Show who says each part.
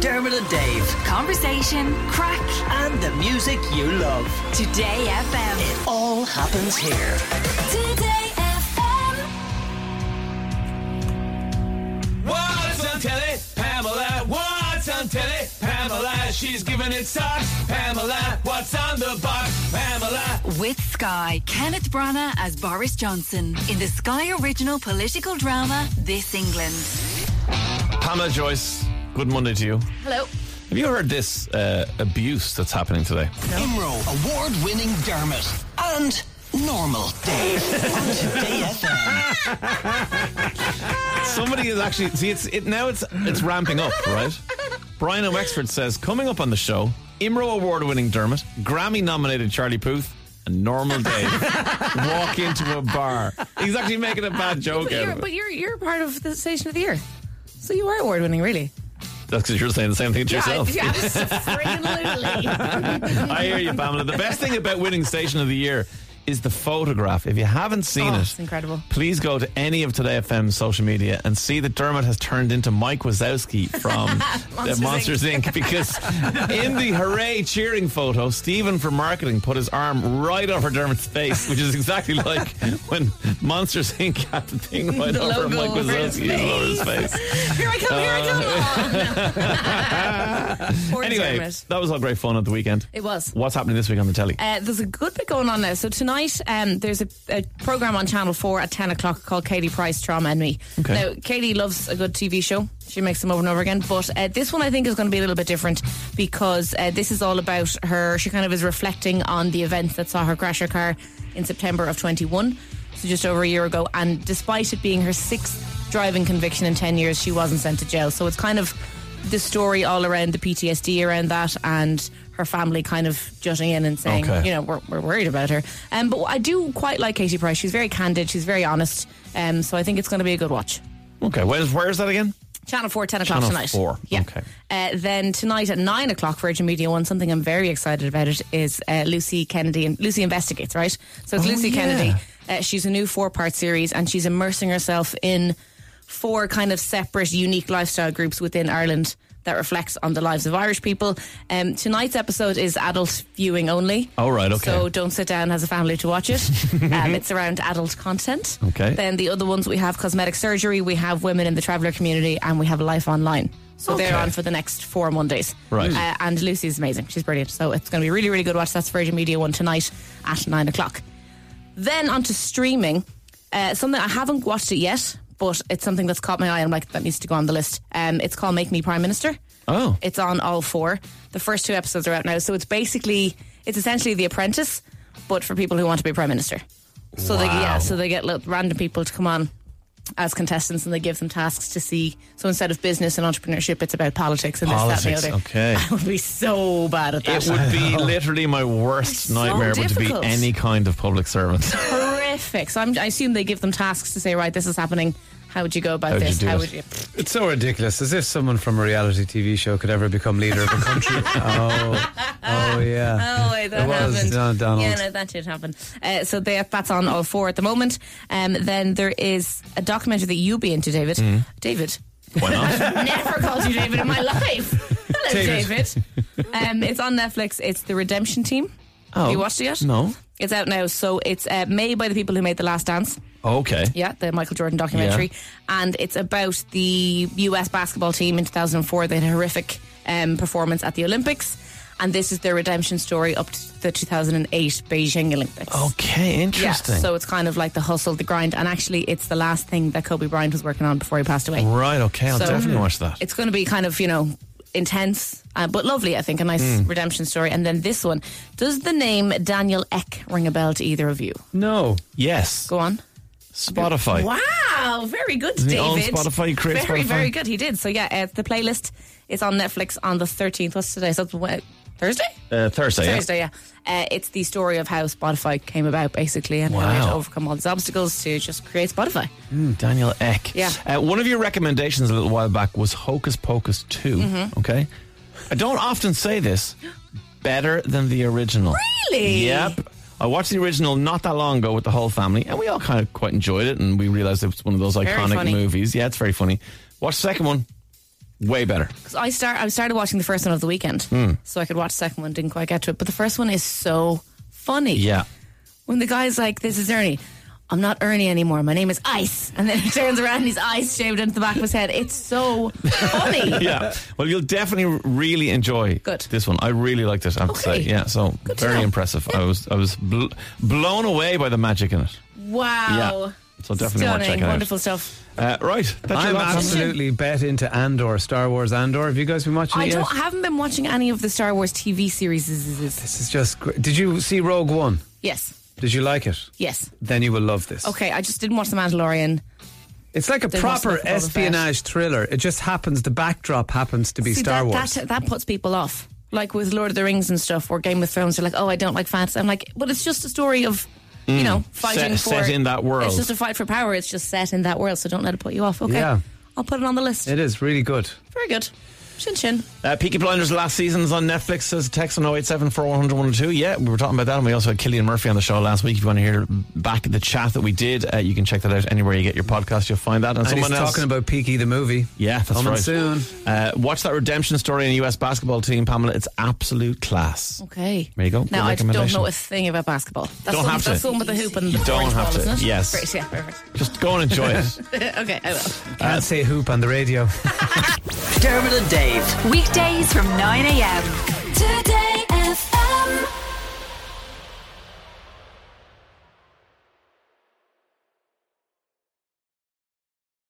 Speaker 1: Dermot and Dave,
Speaker 2: Conversation, crack,
Speaker 1: and the music you love.
Speaker 2: Today FM.
Speaker 1: It all happens here.
Speaker 2: Today FM.
Speaker 3: What's on telly? Pamela. What's on telly? Pamela. She's giving it socks. Pamela. What's on the box? Pamela.
Speaker 2: With Sky, Kenneth Branagh as Boris Johnson in the Sky original political drama This England.
Speaker 3: Pamela Joyce, good Monday to you.
Speaker 2: Hello.
Speaker 3: Have you heard this uh, abuse that's happening today?
Speaker 1: Imro award winning Dermot and normal Dave on Today FM.
Speaker 3: Somebody is actually see it's it now it's it's ramping up, right? Brian and Wexford says coming up on the show, Imro award-winning Dermot, Grammy-nominated Charlie Puth, and normal Dave walk into a bar. He's actually making a bad joke
Speaker 4: But
Speaker 3: out
Speaker 4: you're,
Speaker 3: of it.
Speaker 4: but you're you're part of the station of the year, so you are award winning, really.
Speaker 3: That's because you're saying the same thing to yourself.
Speaker 4: Yeah, absolutely.
Speaker 3: I hear you, Pamela. The best thing about winning Station of the Year is the photograph. If you haven't seen
Speaker 4: Oh,
Speaker 3: it,
Speaker 4: it's incredible.
Speaker 3: Please go to any of Today FM's social media and see that Dermot has turned into Mike Wazowski from Monsters,
Speaker 4: Monsters,
Speaker 3: Monsters Inc. Because in the hooray cheering photo, Stephen from marketing put his arm right over Dermot's face, which is exactly like when Monsters Inc. had the thing right
Speaker 4: The
Speaker 3: over
Speaker 4: logo
Speaker 3: Mike
Speaker 4: over his
Speaker 3: Wazowski over his face.
Speaker 4: here I come. Here I come. Oh, no. Poor
Speaker 3: Um, Anyway,
Speaker 4: Dermot.
Speaker 3: that was all great fun at the weekend.
Speaker 4: It was.
Speaker 3: What's happening this week on the telly?
Speaker 4: Uh, there's a good bit going on now. So tonight, um, there's a, a program on Channel Four at ten o'clock called Katie Price Trauma and Me.
Speaker 3: Okay.
Speaker 4: Now, Katie loves a good TV show. She makes them over and over again. But uh, this one, I think, is going to be a little bit different because uh, this is all about her. She kind of is reflecting on the events that saw her crash her car in September of 21, so just over a year ago. And despite it being her sixth driving conviction in 10 years, she wasn't sent to jail. So it's kind of the story all around the PTSD around that and her family kind of jutting in and saying,
Speaker 3: Okay.
Speaker 4: you know know, we're, we're worried about her. Um, but I do quite like Katie Price. She's very candid. She's very honest. Um, so I think it's going to be a good watch.
Speaker 3: Okay, where's where's that again?
Speaker 4: Channel 4, 10 o'clock
Speaker 3: Channel
Speaker 4: tonight.
Speaker 3: 4,
Speaker 4: Yeah.
Speaker 3: okay.
Speaker 4: Uh, then tonight at 9 o'clock, Virgin Media 1, something I'm very excited about it is uh, Lucy Kennedy. and Lucy Investigates, right? So it's
Speaker 3: Oh,
Speaker 4: Lucy
Speaker 3: yeah.
Speaker 4: Kennedy. Uh, she's a new four part series and she's immersing herself in four kind of separate, unique lifestyle groups within Ireland that reflects on the lives of Irish people. Um, tonight's episode is adult viewing only.
Speaker 3: Oh, right, okay.
Speaker 4: So don't sit down as a family to watch it. um, it's around adult content.
Speaker 3: Okay.
Speaker 4: Then the other ones we have cosmetic surgery, we have women in the traveller community, and we have life online. So they're
Speaker 3: Okay.
Speaker 4: on for the next four Mondays.
Speaker 3: Right.
Speaker 4: Uh, and Lucy's amazing. She's brilliant. So it's going to be a really, really good watch. That's Virgin Media One tonight at nine o'clock. Then onto streaming. Uh, something I haven't watched it yet, but it's something that's caught my eye. I'm like, that needs to go on the list. Um, it's called Make Me Prime Minister.
Speaker 3: Oh.
Speaker 4: It's on all four. The first two episodes are out now. So it's basically, it's essentially The Apprentice, but for people who want to be Prime Minister. So they
Speaker 3: Wow.
Speaker 4: yeah, so they get lo- random people to come on as contestants and they give them tasks to see. So instead of business and entrepreneurship, it's about politics and this, that, and
Speaker 3: Politics,
Speaker 4: the other.
Speaker 3: okay. Oh.
Speaker 4: I would be so bad at that.
Speaker 3: It would be literally my worst
Speaker 4: so
Speaker 3: nightmare would to be
Speaker 4: difficult.
Speaker 3: any kind of public servant.
Speaker 4: horrific. So I'm, I assume they give them tasks to say, right, this is happening. How would you go about
Speaker 3: How would you
Speaker 4: this?
Speaker 3: do
Speaker 4: How
Speaker 3: it?
Speaker 4: would you?
Speaker 5: It's so ridiculous. As if someone from a reality TV show could ever become leader of a country. oh, oh yeah.
Speaker 4: Oh, wait, that
Speaker 5: It was,
Speaker 4: happened.
Speaker 5: no, Donald.
Speaker 4: Yeah, no, that did happen. Uh, so they, that's on all four at the moment. Um, then there is a documentary that you'll be into, David.
Speaker 5: Hmm.
Speaker 4: David.
Speaker 3: Why not?
Speaker 4: Never called you David in my life. Hello,
Speaker 5: David.
Speaker 4: David. Um, it's on Netflix. It's The Redemption Team.
Speaker 3: Oh,
Speaker 4: Have you watched it yet?
Speaker 3: No.
Speaker 4: It's out now. So it's uh, made by the people who made The Last Dance.
Speaker 3: Okay.
Speaker 4: Yeah, the Michael Jordan documentary. And it's about the US basketball team in 2004. They had a horrific um, performance at the Olympics. And this is their redemption story up to the 2008 Beijing Olympics.
Speaker 3: Okay, Oh,
Speaker 4: Yeah,
Speaker 3: interesting.
Speaker 4: so it's kind of like the hustle, the grind, and actually, it's the last thing that Kobe Bryant was working on before he passed away.
Speaker 3: right, okay, I'll
Speaker 4: So- hmm. mm,
Speaker 3: definitely watch that.
Speaker 4: It's going to be kind of, you know, intense, uh, but lovely, I think. A nice
Speaker 3: Mm.
Speaker 4: redemption story. And then this one. Does the name Daniel Eck ring a bell to either of you?
Speaker 5: No.
Speaker 3: yes.
Speaker 4: Go on.
Speaker 3: Spotify.
Speaker 4: Wow, very good,
Speaker 3: he
Speaker 4: David.
Speaker 3: own Spotify? He creates
Speaker 4: very,
Speaker 3: Spotify?
Speaker 4: very good. He did. So yeah, uh, the playlist is on Netflix on the thirteenth. What's today? So uh, Thursday.
Speaker 3: Uh, Thursday. yeah?
Speaker 4: Thursday, yeah. Uh, it's the story of how Spotify came about, basically, and how
Speaker 3: Wow.
Speaker 4: it overcome all these obstacles to just create Spotify.
Speaker 3: Daniel Eck.
Speaker 4: Yeah.
Speaker 3: Uh, one of your recommendations a little while back was Hocus Pocus 2.
Speaker 4: Mm-hmm.
Speaker 3: Okay. I don't often say this. Better than the original.
Speaker 4: Really?
Speaker 3: Yep. I watched the original not that long ago with the whole family, and we all kind of quite enjoyed it, and we realized it was one of those
Speaker 4: Very
Speaker 3: iconic
Speaker 4: funny.
Speaker 3: movies. Yeah, it's very funny. Watch the second one. Way better.
Speaker 4: Because I start, I started watching the first one of the weekend,
Speaker 3: Hmm.
Speaker 4: so I could watch the second one. Didn't quite get to it, but the first one is so funny.
Speaker 3: Yeah.
Speaker 4: When the guy's like, "This is Ernie," I'm not Ernie anymore. My name is Ice, and then he turns around, and he's ice shaved into the back of his head. It's so funny.
Speaker 3: Yeah. Well, you'll definitely really enjoy
Speaker 4: Good.
Speaker 3: this one. I really liked it, I have to say.
Speaker 4: Okay.
Speaker 3: Yeah, so
Speaker 4: Good to
Speaker 3: very
Speaker 4: know.
Speaker 3: impressive. I was I was bl- blown away by the magic in it.
Speaker 4: Wow.
Speaker 3: Yeah. So definitely worth
Speaker 4: Stunning,
Speaker 3: checking out.
Speaker 4: wonderful stuff.
Speaker 3: Uh, right. That's your
Speaker 5: I'm
Speaker 3: lot.
Speaker 5: absolutely bet into Andor, Star Wars Andor. Have you guys been watching
Speaker 4: I
Speaker 5: it yet?
Speaker 4: don't I haven't been watching any of the Star Wars TV series.
Speaker 5: This is just. gr- Did you see Rogue One?
Speaker 4: Yes.
Speaker 5: Did you like it?
Speaker 4: Yes.
Speaker 5: Then you will love this.
Speaker 4: Okay, I just didn't watch The Mandalorian.
Speaker 5: It's like a
Speaker 4: They must
Speaker 5: proper
Speaker 4: look for Boba
Speaker 5: espionage thriller. It just happens. The backdrop happens to be
Speaker 4: See,
Speaker 5: Star
Speaker 4: that,
Speaker 5: Wars.
Speaker 4: That, that puts people off. Like with Lord of the Rings and stuff, or Game of Thrones, they're like, "Oh, I don't like fantasy." I'm like, "But it's just a story of, you know, fighting for
Speaker 3: Mm. set in that world.
Speaker 4: It's just a fight for power. It's just set in that world, so don't let it put you off." Okay,
Speaker 5: Yeah.
Speaker 4: I'll put it on the list.
Speaker 5: It is really good.
Speaker 4: Very good. Shin Shin.
Speaker 3: Uh, Peaky Blinders last season's on Netflix. Says a text on 087 400 102. Yeah, we were talking about that, and we also had Killian Murphy on the show last week. If you want to hear back the chat that we did, uh, you can check that out anywhere you get your podcast. You'll find that. And,
Speaker 5: And
Speaker 3: someone
Speaker 5: he's
Speaker 3: else
Speaker 5: talking about Peaky the movie.
Speaker 3: yeah, that's
Speaker 5: coming
Speaker 3: right.
Speaker 5: soon.
Speaker 3: Uh, watch that redemption story in the U.S. basketball team, Pamela. It's absolute class.
Speaker 4: Okay.
Speaker 3: There you go. Good
Speaker 4: Now I don't
Speaker 3: recommendation.
Speaker 4: know a thing about basketball. That's
Speaker 3: Don't
Speaker 4: the,
Speaker 3: have to.
Speaker 4: That's the one with the hoop and
Speaker 3: You
Speaker 4: the
Speaker 3: don't
Speaker 4: orange
Speaker 3: have
Speaker 4: ball,
Speaker 3: to.
Speaker 4: isn't it?
Speaker 3: Yes.
Speaker 4: Great. Yeah. Perfect.
Speaker 3: Just go and enjoy it.
Speaker 4: okay. I will.
Speaker 3: Uh,
Speaker 5: Can't say hoop on the radio.
Speaker 1: Dermot and Dave.
Speaker 2: Weekdays from 9 a.m. Today